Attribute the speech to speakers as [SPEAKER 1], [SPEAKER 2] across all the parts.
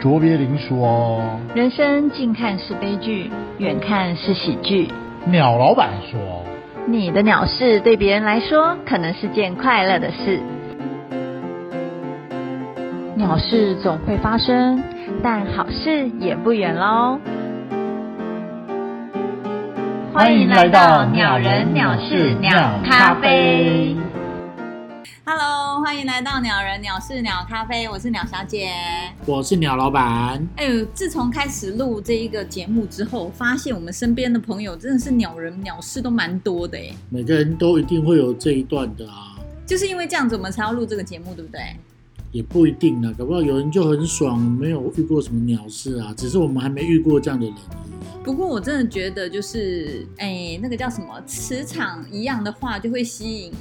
[SPEAKER 1] 卓别林说，
[SPEAKER 2] 人生近看是悲剧，远看是喜剧。
[SPEAKER 1] 鸟老板说，
[SPEAKER 2] 你的鸟事对别人来说可能是件快乐的事，鸟事总会发生，但好事也不远喽。欢迎来到鸟人鸟事鸟咖啡。Hello，欢迎来到鸟人鸟事鸟咖啡，我是鸟小姐。
[SPEAKER 3] 我是鸟老板，
[SPEAKER 2] 哎呦，自从开始录这一个节目之后，发现我们身边的朋友真的是鸟人鸟事都蛮多的哎，
[SPEAKER 3] 每个人都一定会有这一段的啊，
[SPEAKER 2] 就是因为这样子我们才要录这个节目，对不对？
[SPEAKER 3] 也不一定啦，搞不好有人就很爽，没有遇过什么鸟事啊，只是我们还没遇过这样的人而已啊。
[SPEAKER 2] 不过我真的觉得就是，哎，那个叫什么，磁场一样的话就会吸引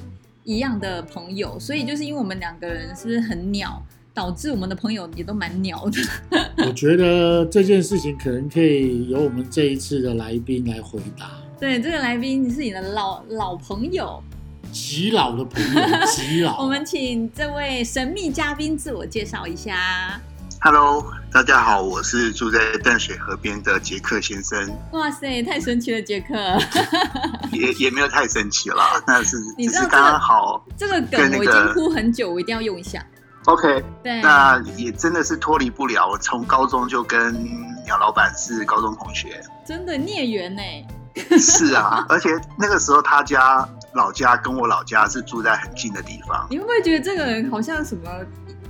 [SPEAKER 2] 一样的朋友，所以就是因为我们两个人是不是很鸟，导致我们的朋友也都蛮鸟的。
[SPEAKER 3] 我觉得这件事情可能可以由我们这一次的来宾来回答，
[SPEAKER 2] 对，这个来宾是你的老老朋友，
[SPEAKER 3] 极老的朋友，极老，
[SPEAKER 2] 我们请这位神秘嘉宾自我介绍一下。
[SPEAKER 4] Hello，大家好，我是住在淡水河边的杰克先生，
[SPEAKER 2] 哇塞，太神奇了，杰克！
[SPEAKER 4] 也也没有太神奇啦， 那是
[SPEAKER 2] 你
[SPEAKER 4] 只
[SPEAKER 2] 知道
[SPEAKER 4] 是刚刚好。
[SPEAKER 2] 这个梗
[SPEAKER 4] 跟那
[SPEAKER 2] 我
[SPEAKER 4] 个
[SPEAKER 2] 已经哭很久，我一定要用一下。
[SPEAKER 4] OK，
[SPEAKER 2] 对，
[SPEAKER 4] 那也真的是脱离不了，我从高中就跟鸟老板是高中同 学。
[SPEAKER 2] 真的孽缘呢、欸
[SPEAKER 4] 是啊，而且那个时候他家老家跟我老家是住在很近的地方。
[SPEAKER 2] 你会不会觉得这个人好像什么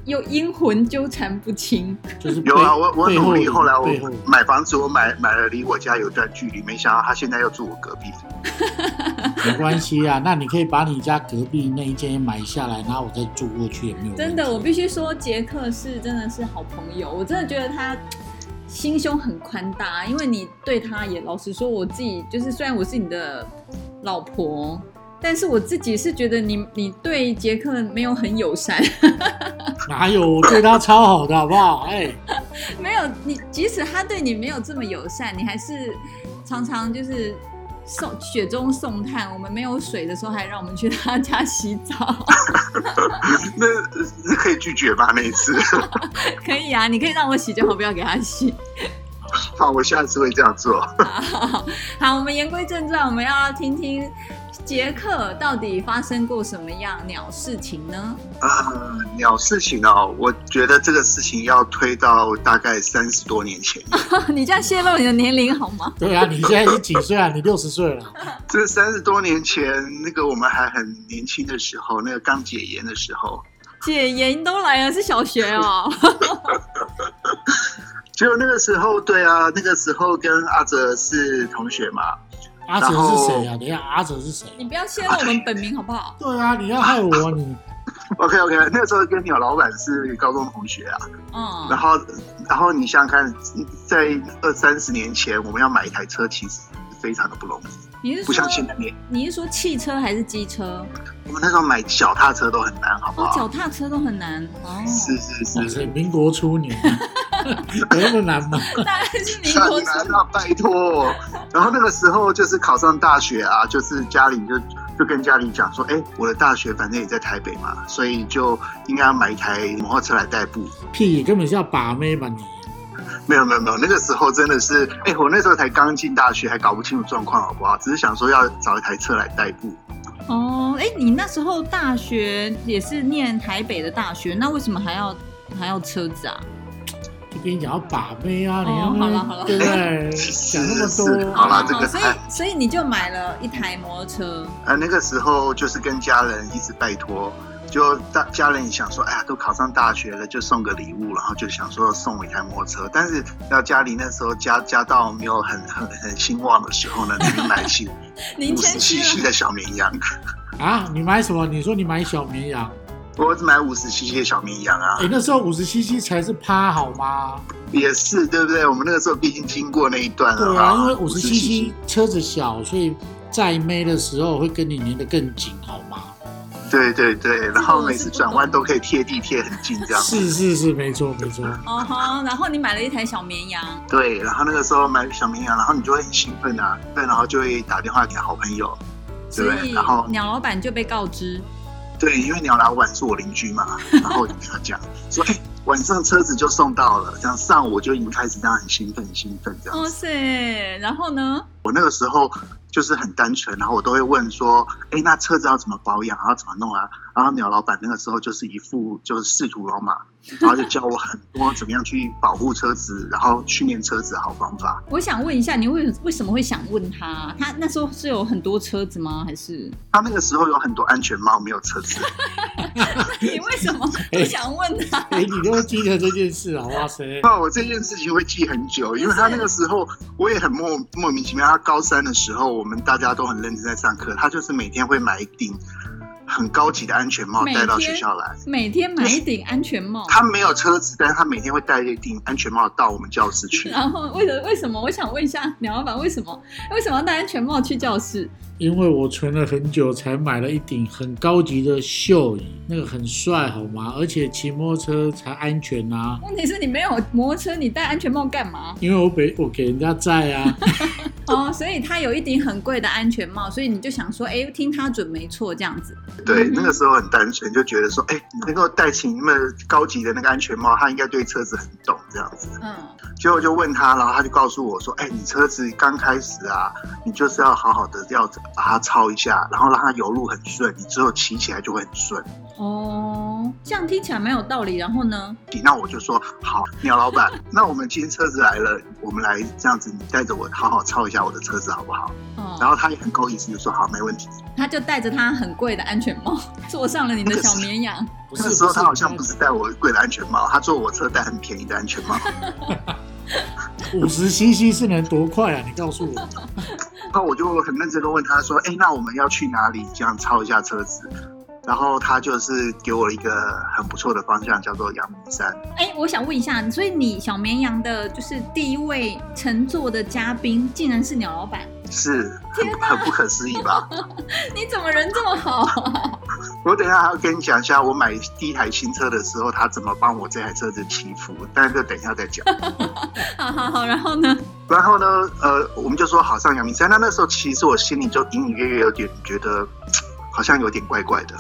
[SPEAKER 2] 又阴魂纠缠不清？
[SPEAKER 3] 就是
[SPEAKER 4] 有
[SPEAKER 3] 背
[SPEAKER 4] 啊，我我
[SPEAKER 3] 背
[SPEAKER 4] 努力，
[SPEAKER 3] 人
[SPEAKER 4] 后来我
[SPEAKER 3] 背后人
[SPEAKER 4] 买房子，我买买了离我家有段距离，没想到他现在要住我隔壁。
[SPEAKER 3] 没关系啊，那你可以把你家隔壁那一间买下来，然后我再住过去也没有问题
[SPEAKER 2] 真的，我必须说，杰克是真的是好朋友，我真的觉得他心胸很宽大，因为你对他也老实说，我自己就是虽然我是你的老婆，但是我自己是觉得你你对杰克没有很友善，
[SPEAKER 3] 哪有我对他超好的好不好？哎、
[SPEAKER 2] 没有你，即使他对你没有这么友善，你还是常常就是送雪中送炭。我们没有水的时候，还让我们去他家洗澡，
[SPEAKER 4] 那那可以拒绝吧？那一次，
[SPEAKER 2] 可以啊，你可以让我洗就好，不要给他洗。
[SPEAKER 4] 好，我下次会这样做。
[SPEAKER 2] 好，好我们言归正传，我们要听听杰克到底发生过什么样鸟事情呢？
[SPEAKER 4] 啊，鸟事情哦，我觉得这个事情要推到大概三十多 年前。
[SPEAKER 2] 你这样泄露你的年龄好吗？
[SPEAKER 3] 对啊，你现在是几岁啊？你六十岁了。
[SPEAKER 4] 这三十多年前，那个我们还很年轻的时候，那个刚解严的时候，
[SPEAKER 2] 姐，言都来了，是小学哦。
[SPEAKER 4] 结果那个时候，对啊，那个时候跟阿哲是同学嘛。
[SPEAKER 3] 阿哲是谁啊？等一下，阿哲是谁？
[SPEAKER 2] 你不要泄露我们本名好不好？
[SPEAKER 3] 对啊，你要害我，你
[SPEAKER 4] OK OK，那个时候跟鸟老板是高中同学啊。
[SPEAKER 2] 嗯
[SPEAKER 4] 然，后，然后你想想看，在二三十年前，我们要买一台车，其实非常的不容易，
[SPEAKER 2] 你是啊
[SPEAKER 4] 不
[SPEAKER 2] 说
[SPEAKER 4] 像现在你，
[SPEAKER 2] 你是说汽车还是机车？
[SPEAKER 4] 我们那时候买脚踏车都很难，好不
[SPEAKER 2] 哦，
[SPEAKER 4] 好？
[SPEAKER 2] 脚踏车都很难哦，
[SPEAKER 4] 啊是 是
[SPEAKER 3] 哇
[SPEAKER 4] 是
[SPEAKER 3] 塞，民国初年、啊， 有那么难吗？
[SPEAKER 2] 大概是民
[SPEAKER 4] 上
[SPEAKER 2] 国初
[SPEAKER 4] 南啊，拜托。然后那个时候就是考上大学啊，就是家里就就跟家里讲说，哎，我的大学反正也在台北嘛，所以就应该要买一台摩托车来代步。
[SPEAKER 3] 屁，根本是要把妹吧你？
[SPEAKER 4] 没有没有没有，那个时候真的是，哎，我那时候才刚进大学，还搞不清楚状况好不好，只是想说要找一台车来代步。
[SPEAKER 2] 哦，哎，你那时候大学也是念台北的大学，那为什么还要还要车子啊？
[SPEAKER 3] 就跟你讲要把妹啊，
[SPEAKER 2] 哦
[SPEAKER 3] 你要不要
[SPEAKER 2] 好了好了
[SPEAKER 3] 对不 对？
[SPEAKER 4] 是
[SPEAKER 3] 讲那么
[SPEAKER 4] 是
[SPEAKER 3] 多，
[SPEAKER 4] 好啦
[SPEAKER 2] 哦
[SPEAKER 4] 这个
[SPEAKER 2] 所以所以你就买了一台摩托车，
[SPEAKER 4] 呃，那个时候就是跟家人一直拜托。就大家人也想说，哎呀，都考上大学了，就送个礼物，然后就想说送我一台摩托车。但是到家里那时候家家道没有很很很兴旺的时候呢，才能买 起
[SPEAKER 2] 您
[SPEAKER 4] 五十
[SPEAKER 2] 谦
[SPEAKER 4] 七
[SPEAKER 2] 虚
[SPEAKER 4] 系
[SPEAKER 2] 了。
[SPEAKER 4] 的小绵羊。
[SPEAKER 3] 啊！你买什么？你说你买小绵羊？
[SPEAKER 4] 我只买五十七系的小绵羊啊
[SPEAKER 3] 哎、，那时候五十 CC 才是趴好吗？
[SPEAKER 4] 也是对不对？我们那个时候毕竟经过那一段了
[SPEAKER 3] 对啊，因为五十
[SPEAKER 4] 57
[SPEAKER 3] CC 车子小，所以在妹的时候会跟你粘得更紧，好吗？
[SPEAKER 4] 对对对，然
[SPEAKER 2] 这个
[SPEAKER 4] 后
[SPEAKER 2] 我
[SPEAKER 4] 每
[SPEAKER 2] 是
[SPEAKER 4] 次
[SPEAKER 2] 不
[SPEAKER 4] 转
[SPEAKER 2] 懂
[SPEAKER 4] 弯都可以贴地贴很近这样。
[SPEAKER 3] 是是是，没错没 错。
[SPEAKER 2] 哦吼，然后你买了一台小绵羊，
[SPEAKER 4] 对，然后那个时候买小绵羊，然后你就会很兴奋啊，对，然后就会打电话给好朋友，
[SPEAKER 2] 所
[SPEAKER 4] 对不对
[SPEAKER 2] 以
[SPEAKER 4] 然后
[SPEAKER 2] 鸟老板就被告知，
[SPEAKER 4] 对，因为鸟老板是我邻居嘛，然后我就跟他讲说，哎、晚上车子就送到了，这样上午我就已经开始这样很兴奋，很兴奋这样
[SPEAKER 2] 哇
[SPEAKER 4] 子。
[SPEAKER 2] 塞，然后呢？
[SPEAKER 4] 我那个时候就是很单纯，然后我都会问说，哎，那车子要怎么保养，要怎么弄啊？然后鸟老板那个时候就是一副就是仕途老马，然后就教我很多怎么样去保护车子，然后训练车子的好方法。
[SPEAKER 2] 我想问一下，你为为什么会想问他？他那时候是有很多车子吗？还是
[SPEAKER 4] 他那个时候有很多安全帽，没有车子。
[SPEAKER 2] 你为什么会想问他？
[SPEAKER 3] 哎、你都记得这件事啊？哇塞！
[SPEAKER 4] 那我这件事情会记很久，因为他那个时候我也很莫莫名其妙。他高三的时候，我们大家都很认真在上课，他就是每天会买一顶很高级的安全帽
[SPEAKER 2] 每
[SPEAKER 4] 带到学
[SPEAKER 2] 天
[SPEAKER 4] 校来。
[SPEAKER 2] 每天买一顶安全帽，
[SPEAKER 4] 他没有车子，但是他每天会戴一顶安全帽到我们教室去。
[SPEAKER 2] 然后为什为什么？我想问一下鸟老板，为什么为什么要戴安全帽去教室？
[SPEAKER 3] 因为我存了很久，才买了一顶很高级的秀椅，那个很帅，好吗？而且骑摩托车才安全啊，
[SPEAKER 2] 问题是你没有摩托车，你戴安全帽干嘛？
[SPEAKER 3] 因为我给我给人家载啊。
[SPEAKER 2] 哦，所以他有一顶很贵的安全帽，所以你就想说，哎，听他准没错这样子。
[SPEAKER 4] 对，
[SPEAKER 2] 嗯
[SPEAKER 4] 那个时候很单纯，就觉得说，哎、能够戴起那么高级的那个安全帽，他应该对车子很懂这样子。
[SPEAKER 2] 嗯，
[SPEAKER 4] 结果就问他，然后他就告诉我说：“哎、你车子刚开始啊，你就是要好好的要把它操一下，然后让它油路很顺，你之后骑起来就会很顺。
[SPEAKER 2] 哦，这样听起来蛮有道理。然后呢？”
[SPEAKER 4] 那我就说：“好，鸟老板，那我们今天车子来了，我们来这样子，你带着我好好操一下我的车子好不好？”
[SPEAKER 3] 嗯
[SPEAKER 4] 然
[SPEAKER 2] 哦，
[SPEAKER 4] 后他也很够意思，就说：“好，没问题。
[SPEAKER 2] 他就戴着他很贵的安全帽， 坐上了你的小绵羊。
[SPEAKER 3] 不”
[SPEAKER 4] 那
[SPEAKER 3] 是
[SPEAKER 4] 个时候他好像不
[SPEAKER 3] 不是
[SPEAKER 4] 是戴我贵的安全帽，他坐我车戴很便宜的安全帽。
[SPEAKER 3] 五十 CC 是能多快啊？你告诉我，
[SPEAKER 4] 然后我就很认真的问他说：“哎、那我们要去哪里？这样抄一下车子。”然后他就是给我一个很不错的方向，叫做阳明山。
[SPEAKER 2] 哎、我想问一下，所以你小绵羊的就是第一位乘坐的嘉宾，竟然是鸟老板，
[SPEAKER 4] 是很很不可思议吧？
[SPEAKER 2] 你怎么人这么好啊、
[SPEAKER 4] 我等一下还要跟你讲一下，我买第一台新车的时候，他怎么帮我这台车子祈福，但是这等一下再讲。
[SPEAKER 2] 好好好，然后呢？
[SPEAKER 4] 然后呢，呃，我们就说好上阳明山。那那时候其实我心里就隐隐约约有点觉得，嘖好像有点怪怪的。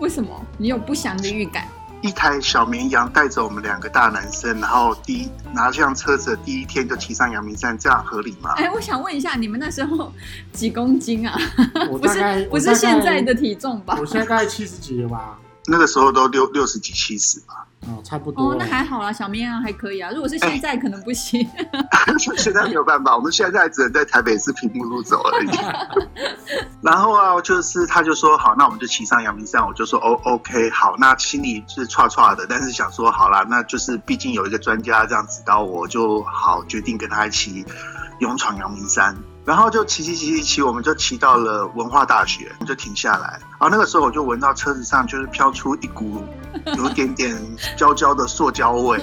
[SPEAKER 2] 为什么你有不祥的预感？
[SPEAKER 4] 一台小绵羊带着我们两个大男生，然后第一拿上车子的第一天就骑上阳明山，这样合理吗？
[SPEAKER 2] 哎、我想问一下，你们那时候几公斤啊？
[SPEAKER 3] 我
[SPEAKER 2] 不
[SPEAKER 3] 大概
[SPEAKER 2] 是不
[SPEAKER 3] 我大
[SPEAKER 2] 是
[SPEAKER 3] 概
[SPEAKER 2] 现在的体重吧
[SPEAKER 3] 我？现在大概七十几了吧？
[SPEAKER 4] 那个时候都六六十几、七十吧，
[SPEAKER 3] 哦，差不多
[SPEAKER 2] 哦，
[SPEAKER 3] 了。
[SPEAKER 2] 那还好啦，小绵羊还可以啊。如果是现在，可能不行。
[SPEAKER 4] 现在没有办法，我们现在只能在台北市平路路走而已。 然后啊，就是他就说好，那我们就骑上阳明山。我就说哦，OK，好，那心里是歘歘的，但是想说好啦，那就是毕竟有一个专家这样指导我，就好决定跟他一起勇闯阳明山。然后就骑骑骑骑骑，我们就骑到了文化大学，就停下来。然后那个时候我就闻到车子上就是飘出一股有点点焦焦的塑胶味，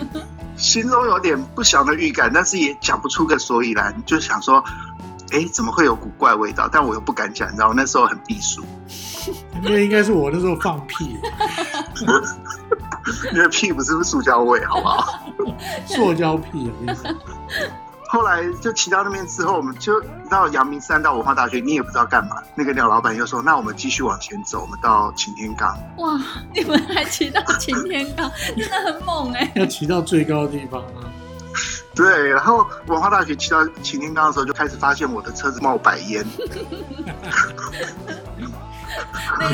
[SPEAKER 4] 心中有点不祥的预感，但是也讲不出个所以然，就想说，哎，怎么会有古怪味道？但我又不敢讲，你知道，我那时候很避暑，
[SPEAKER 3] 那应该是我那时候放屁，
[SPEAKER 4] 因为屁不是塑胶味，好不好？
[SPEAKER 3] 塑胶屁啊！我跟你讲
[SPEAKER 4] 后来就骑到那边之后，我们就到阳明山到文化大学，你也不知道干嘛。那个鸟老板又说：“那我们继续往前走，我们到擎天岗。
[SPEAKER 2] 哇，你们还骑到擎天岗，真的很猛哎、
[SPEAKER 3] 要骑到最高的地方啊！”
[SPEAKER 4] 对，然后文化大学骑到擎天岗的时候，就开始发现我的车子冒白烟。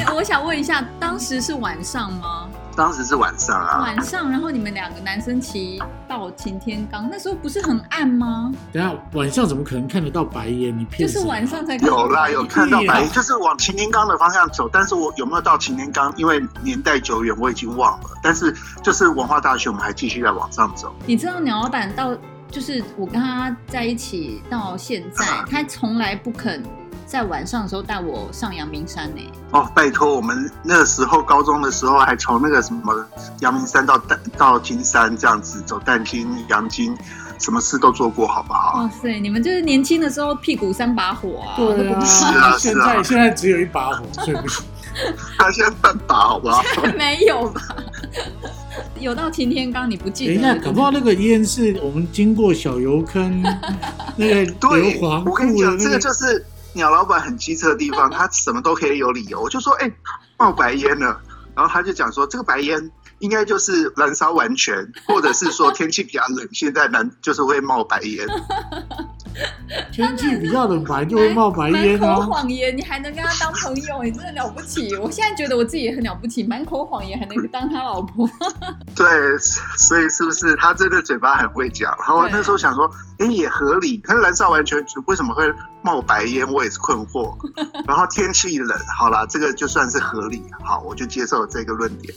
[SPEAKER 2] 那我想问一下，当时是晚上吗？
[SPEAKER 4] 当时是晚 上啊，
[SPEAKER 2] 晚上，然后你们两个男生骑到擎天岗，那时候不是很暗吗？
[SPEAKER 3] 等一下晚上怎么可能看得到白烟？你
[SPEAKER 2] 就
[SPEAKER 3] 骗
[SPEAKER 2] 是
[SPEAKER 3] 谁啊
[SPEAKER 2] 晚上才
[SPEAKER 4] 有啦，有看到白
[SPEAKER 3] 屁
[SPEAKER 4] 烟，
[SPEAKER 3] 啦
[SPEAKER 4] 就是往擎天岗的方向走。但是我有没有到擎天岗，因为年代久远，我已经忘了。但是就是文化大学，我们还继续在往上走。
[SPEAKER 2] 你知道鸟老板到就是我跟他在一起到现在，他从来不肯在晚上的时候带我上阳明山呢、
[SPEAKER 4] 哦，拜托，我们那时候高中的时候，还从那个什么阳明山到淡到金山这样子走淡金、阳金，什么事都做过，好不好？
[SPEAKER 2] 哇塞，你们就是年轻的时候屁股三把火啊！
[SPEAKER 3] 对 啊，
[SPEAKER 4] 是啊
[SPEAKER 3] 现
[SPEAKER 4] 是啊
[SPEAKER 3] 在现在只有一把火，所以不行。
[SPEAKER 4] 他现在笨吧，好不好？
[SPEAKER 2] 没有吧？有到擎天岗你不记
[SPEAKER 3] 等一
[SPEAKER 2] 得
[SPEAKER 3] 下，
[SPEAKER 4] 哎
[SPEAKER 2] 了？
[SPEAKER 3] 搞不好那个烟是我们经过小油坑那个
[SPEAKER 4] 对
[SPEAKER 3] 硫，磺
[SPEAKER 4] 我跟你
[SPEAKER 3] 库的
[SPEAKER 4] 讲，这
[SPEAKER 3] 那
[SPEAKER 4] 个
[SPEAKER 3] 个。
[SPEAKER 4] 就是 鸟老板很机车的地方，他什么都可以有理由。我就说，哎、冒白烟了，然后他就讲说，这个白烟应该就是燃烧完全，或者是说天气比较冷，现在燃就是会冒白烟。
[SPEAKER 3] 天气比较冷，本来就会冒白烟
[SPEAKER 2] 满口
[SPEAKER 3] 啊。
[SPEAKER 2] 谎言，你还能跟他当朋友，你真的了不起！我现在觉得我自己也很了不起，满口谎言还能当他老婆。
[SPEAKER 4] 对，所以是不是他真的嘴巴很会讲？然后我
[SPEAKER 2] 对
[SPEAKER 4] 那时候想说，哎、也合理。他燃烧完全为什么会冒白烟？我也是困惑。然后天气冷，好啦，这个就算是合理，好，我就接受这个论点。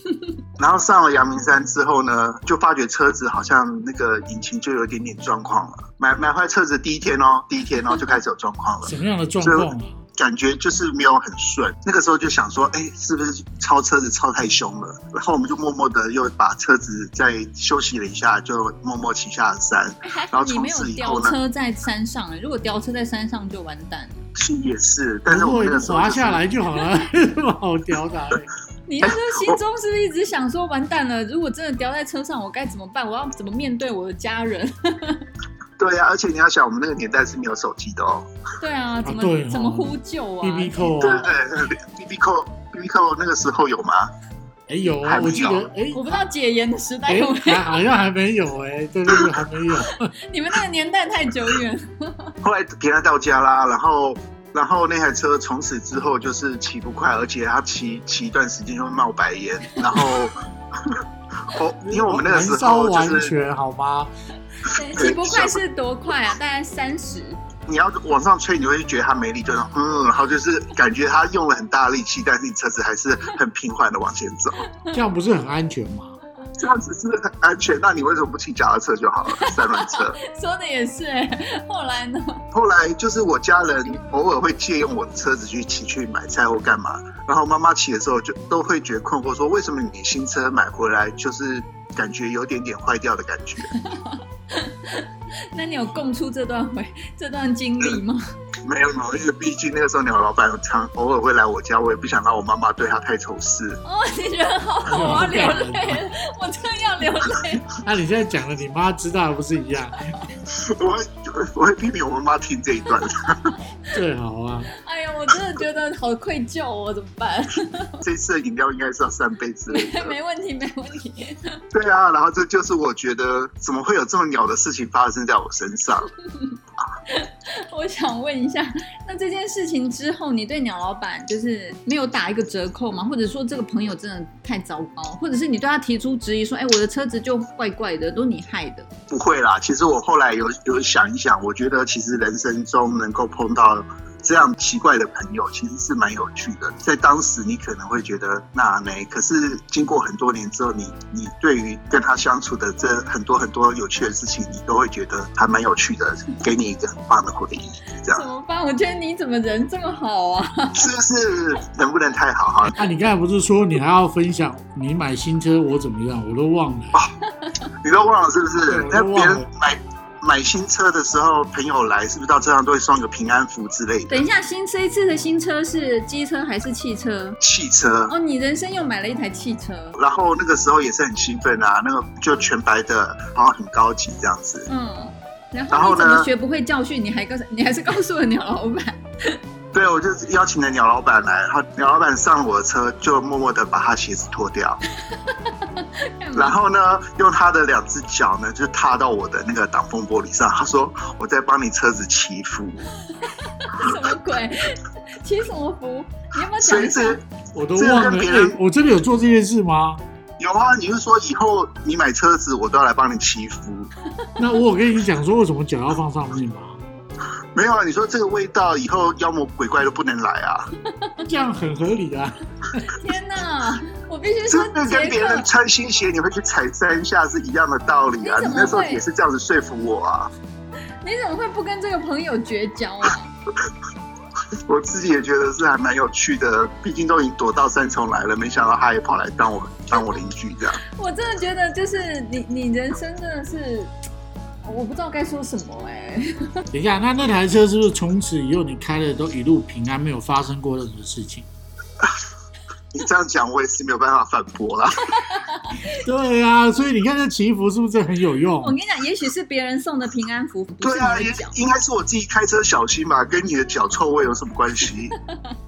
[SPEAKER 4] 然后上了阳明山之后呢，就发觉车子好像那个引擎就有一点点状况了。买买坏车子第一天哦，第一天哦就开始有状况了。
[SPEAKER 3] 什么样的状况啊？
[SPEAKER 4] 感觉就是没有很顺。那个时候就想说，哎、是不是超车子超太凶了？然后我们就默默的又把车子再休息了一下，就默默骑下山。
[SPEAKER 2] 哎还
[SPEAKER 4] 然
[SPEAKER 2] 好
[SPEAKER 4] 后
[SPEAKER 2] 你没有
[SPEAKER 4] 从此以
[SPEAKER 2] 吊
[SPEAKER 4] 后呢
[SPEAKER 2] 车在山上，如果吊车在山上就完蛋了。
[SPEAKER 4] 是也是，但是
[SPEAKER 3] 不
[SPEAKER 4] 我
[SPEAKER 3] 过
[SPEAKER 4] 们那个时候、
[SPEAKER 3] 滑
[SPEAKER 4] 就是、
[SPEAKER 3] 下来就好了， 有什么好屌的啊？
[SPEAKER 2] 你那时候心中是不是一直想说，完蛋了，如果真的吊在车上，我该怎么办？我要怎么面对我的家人？
[SPEAKER 4] 对呀、而且你要想，我们那个年代是没有手机的哦。
[SPEAKER 2] 对啊，怎么、
[SPEAKER 3] 对哦
[SPEAKER 2] 怎么呼救啊
[SPEAKER 3] B B 扣
[SPEAKER 4] 对
[SPEAKER 3] 啊，
[SPEAKER 4] 对对，B B 扣 B B 扣那个时候有吗？
[SPEAKER 3] 哎有啊
[SPEAKER 4] 还，没有
[SPEAKER 3] 我记得哎
[SPEAKER 2] 我不知道解严的时代
[SPEAKER 3] 哎
[SPEAKER 2] 有没有，
[SPEAKER 3] 还好像还没有哎，对对对，还没有。
[SPEAKER 2] 你们那个年代太久远了。
[SPEAKER 4] 后来平安到家啦，然后然后那台车从此之后就是骑不快，而且它骑骑一段时间就会冒白烟，然后。哦， 因为我们那个时
[SPEAKER 3] 燃烧
[SPEAKER 4] 候就
[SPEAKER 3] 完
[SPEAKER 4] 是
[SPEAKER 3] 全好吗？
[SPEAKER 2] 对起不快是多快啊？大概三十。
[SPEAKER 4] 你要往上吹，你会觉得它没力，就是嗯，然后就是感觉它用了很大力气，但是你车子还是很平缓的往前走，
[SPEAKER 3] 这样不是很安全吗？
[SPEAKER 4] 这样子是很安全。那你为什么不骑脚踏车就好了，三轮车？
[SPEAKER 2] 说的也是、哎后来呢？
[SPEAKER 4] 后来就是我家人偶尔会借用我的车子去骑去买菜或干嘛，然后妈妈骑的时候就都会觉得困惑，说为什么你新车买回来就是感觉有点点坏掉的感觉？
[SPEAKER 2] 那你有供出这段回这段经历吗？
[SPEAKER 4] 没有没有，因为毕竟那个时候鸟老板常偶尔会来我家，我也不想让我妈妈对他太仇视。
[SPEAKER 2] 哦，你人好好，我要流泪了，我真的要流泪。
[SPEAKER 3] 那你现在讲了，你妈知道不是一样？
[SPEAKER 4] 我会我会批评我妈听这一段。
[SPEAKER 3] 最好啊，
[SPEAKER 2] 哎呀，我真的觉得好愧疚哦，我怎么办？
[SPEAKER 4] 这次的饮料应该是要三杯之类的。
[SPEAKER 2] 没问题，没问题。
[SPEAKER 4] 对啊，然后这就是我觉得怎么会有这么鸟的事情发生在我身上？
[SPEAKER 2] 我想问一下，那这件事情之后，你对鸟老板就是没有打一个折扣吗？或者说这个朋友真的太糟糕，或者是你对他提出质疑说，哎，我的车子就怪怪的，都你害的。
[SPEAKER 4] 不会啦，其实我后来有有想一想，我觉得其实人生中能够碰到这样奇怪的朋友，其实是蛮有趣的。在当时你可能会觉得那没，可是经过很多年之后，你你对于跟他相处的这很多很多有趣的事情，你都会觉得还蛮有趣的，给你一个很棒的回忆。这
[SPEAKER 2] 怎
[SPEAKER 4] 样
[SPEAKER 2] 么办？我觉得你怎么人这么好啊？
[SPEAKER 4] 是不是能不能太好哈？
[SPEAKER 3] 啊，你刚才不是说你还要分享你买新车我怎么样？我都忘了。
[SPEAKER 4] 你都忘了是不是
[SPEAKER 3] 对？
[SPEAKER 4] 那
[SPEAKER 3] 我都
[SPEAKER 4] 别
[SPEAKER 3] 忘
[SPEAKER 4] 人
[SPEAKER 3] 了
[SPEAKER 4] 买买新车的时候，朋友来是不是到车上都会送一个平安符之类的
[SPEAKER 2] 等一下，新这一次的新车是机车还是汽车？
[SPEAKER 4] 汽车？
[SPEAKER 2] 哦，你人生又买了一台汽车。
[SPEAKER 4] 然后那个时候也是很兴奋啊，那个就全白的，然后很高级这样子。
[SPEAKER 2] 嗯，然
[SPEAKER 4] 然
[SPEAKER 2] 后
[SPEAKER 4] 后
[SPEAKER 2] 你
[SPEAKER 4] 呢
[SPEAKER 2] 怎么学不会教训？你还告诉你还是告诉了鸟老板？
[SPEAKER 4] 对，我就邀请了鸟老板来，然后鸟老板上我的车，就默默的把他鞋子 脱掉，
[SPEAKER 2] 干嘛？
[SPEAKER 4] 然后呢，用他的两只脚呢，就踏到我的那个挡风玻璃上。他说：“我在帮你车子祈福。
[SPEAKER 2] 什么鬼？ 祈什么福？你要不要”
[SPEAKER 4] 所
[SPEAKER 2] 讲
[SPEAKER 4] 以
[SPEAKER 2] 一下？
[SPEAKER 4] 这
[SPEAKER 3] 我都
[SPEAKER 4] 这个
[SPEAKER 3] 忘了，
[SPEAKER 4] 跟别人
[SPEAKER 3] 哎我真的有做这件事吗？
[SPEAKER 4] 有啊，你是说以后你买车子，我都要来帮你祈福？
[SPEAKER 3] 那我有跟你讲说为什么脚要放上面吗？
[SPEAKER 4] 没有啊，你说这个味道以后妖魔鬼怪都不能来啊，
[SPEAKER 3] 这样很合理啊。
[SPEAKER 2] 天哪！我必须说
[SPEAKER 4] 真的，跟
[SPEAKER 2] 杰
[SPEAKER 4] 别人
[SPEAKER 2] 克，
[SPEAKER 4] 穿新鞋你会去踩三下是一样的道理啊。
[SPEAKER 2] 你
[SPEAKER 4] 你
[SPEAKER 2] 怎么
[SPEAKER 4] 那时候
[SPEAKER 2] 会
[SPEAKER 4] 也是这样子说服我啊，
[SPEAKER 2] 你怎么会不跟这个朋友绝交啊？
[SPEAKER 4] 我自己也觉得是还蛮有趣的，毕竟都已经躲到三重来了，没想到他也跑来当我当我邻居这样。
[SPEAKER 2] 我真的觉得，就是你，你人生真的是，我不知道该说什么哎、
[SPEAKER 3] 等一下，那那台车是不是从此以后你开的都一路平安，没有发生过任何事情？
[SPEAKER 4] 你这样讲我也是没有办法反驳啦。
[SPEAKER 3] 对啊，所以你看这祈福是不是很有用
[SPEAKER 2] 我？跟你讲，也许是别人送的平安符，不是
[SPEAKER 4] 对 啊，
[SPEAKER 2] 你
[SPEAKER 4] 也
[SPEAKER 2] 的脚。
[SPEAKER 4] 应该是我自己开车小心嘛，跟你的脚臭味有什么关系？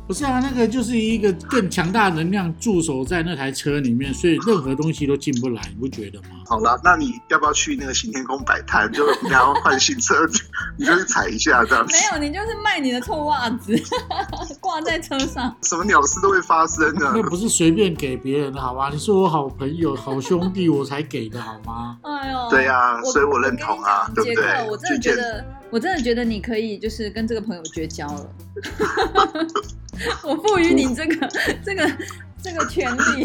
[SPEAKER 3] 不是啊，那个就是一个更强大的能量驻守在那台车里面，所以任何东西都进不来，你不觉得吗？
[SPEAKER 4] 好啦，那你要不要去那个行天宫摆 摊？就然后换新车子， 你就去踩一下这样子
[SPEAKER 2] 没。有，你就是卖你的臭袜子， 挂在车上。
[SPEAKER 4] 什么鸟事都会发生的
[SPEAKER 3] 那。不是随便给别人的好吗？你是我好朋友、好兄弟，我才给的好吗？
[SPEAKER 2] 哎呦，
[SPEAKER 4] 对呀、所以我认
[SPEAKER 2] 跟你
[SPEAKER 4] 同啊，
[SPEAKER 2] 讲
[SPEAKER 4] 对不
[SPEAKER 2] 杰
[SPEAKER 4] 对？
[SPEAKER 2] 克，我真的觉得，我真的觉得你可以就是跟这个朋友绝交 了。 我赋予你这个这个这个权利。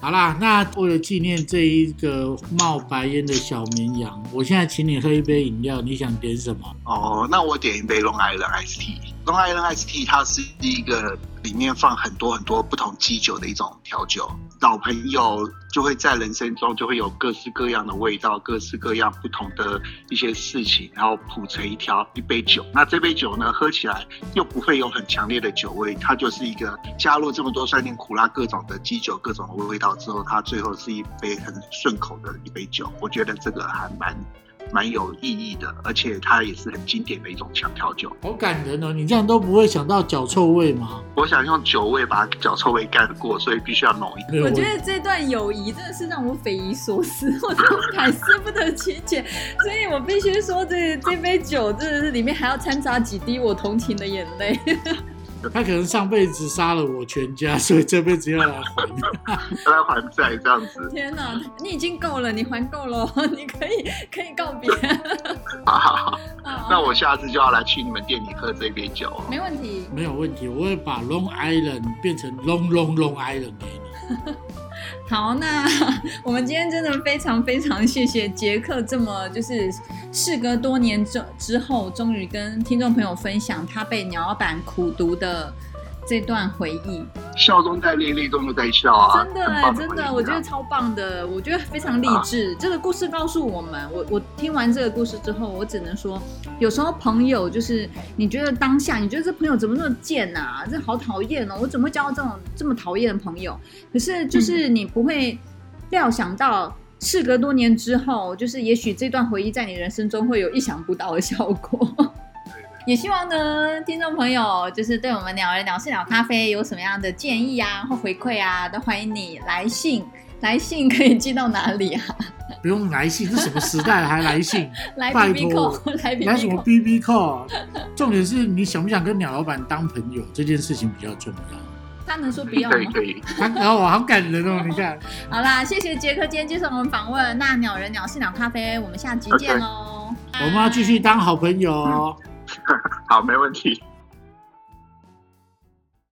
[SPEAKER 3] 好啦，那为了纪念这一个冒白烟的小绵羊，我现在请你喝一杯饮料，你想点什么？
[SPEAKER 4] 哦，那我点一杯 Long Island Ice Tea。Long Island Ice Tea 它是一个里面放很多很多不同基酒的一种调酒。老朋友就会在人生中就会有各式各样的味道，各式各样不同的一些事情，然后谱成一条一杯酒。那这杯酒呢，喝起来又不会有很强烈的酒味，它就是一个加入这么多酸甜苦辣各种的基酒、各种的味道之后，它最后是一杯很顺口的一杯酒。我觉得这个还蛮蛮有意义的，而且它也是很经典的一种强调酒。
[SPEAKER 3] 好感人哦！你这样都不会想到脚臭味吗？
[SPEAKER 4] 我想用酒味把脚臭味盖过，所以必须要浓一点。
[SPEAKER 3] 没有
[SPEAKER 2] 我觉得这段友谊真的是让我匪夷所思， 我都百思不得其解。所以我必须说这，这杯酒真的是里面还要掺杂几滴我同情的眼泪。
[SPEAKER 3] 他可能上辈子杀了我全家，所以这辈子要来还。
[SPEAKER 4] 让它还债这样子，
[SPEAKER 2] 天哪，你已经够了，你还够了， 你可以可以告别。
[SPEAKER 4] 哈哈哈。那
[SPEAKER 2] 那
[SPEAKER 4] 我下次就要来去你们店里喝这杯酒哦。
[SPEAKER 2] 没问题。
[SPEAKER 3] 没有问题，我会把 Long Island 变成 Long Long Long Island 给你。
[SPEAKER 2] 好，那我们今天真的非常非常谢谢杰克，这么就是事隔多年之之后，终于跟听众朋友分享他被鸟板苦读的这段回忆，
[SPEAKER 4] 笑中带泪，泪中又在笑啊！
[SPEAKER 2] 真的
[SPEAKER 4] 很
[SPEAKER 2] 哎，
[SPEAKER 4] 棒
[SPEAKER 2] 真
[SPEAKER 4] 回忆啊
[SPEAKER 2] 的，我觉得超棒的，我觉得非常励志。这个故事告诉我们，我我听完这个故事之后，我只能说，有时候朋友就是你觉得当下，你觉得这朋友怎么那么贱呐、这好讨厌哦，我怎么会交到这种这么讨厌的朋友？可是就是你不会料想到，事隔多年之后，就是也许这段回忆在你人生中会有意想不到的效果。也希望呢，听众朋友就是对我们鸟人鸟事鸟咖啡有什么样的建议啊或回馈啊，都欢迎你来信。来信可以寄到哪 里啊？
[SPEAKER 3] 不用来信，这什么时代还来信？
[SPEAKER 2] 来
[SPEAKER 3] 拜
[SPEAKER 2] B B
[SPEAKER 3] 托
[SPEAKER 2] 扣， 来 B
[SPEAKER 3] 来什
[SPEAKER 2] B
[SPEAKER 3] 么
[SPEAKER 2] 扣。
[SPEAKER 3] B B 扣？重点是你想不想跟鸟老板当朋友，这件事情比较重要。
[SPEAKER 2] 他能说不要
[SPEAKER 4] 可以
[SPEAKER 2] 吗？
[SPEAKER 4] 可以，
[SPEAKER 3] 他哦，好感人哦！你看，
[SPEAKER 2] 好啦，谢谢杰克今天接受我们访问。那鸟人鸟事鸟咖啡，我们下集见
[SPEAKER 4] OK
[SPEAKER 2] 喽。
[SPEAKER 3] 我们要继续当好朋友哦。
[SPEAKER 4] 好，没问题。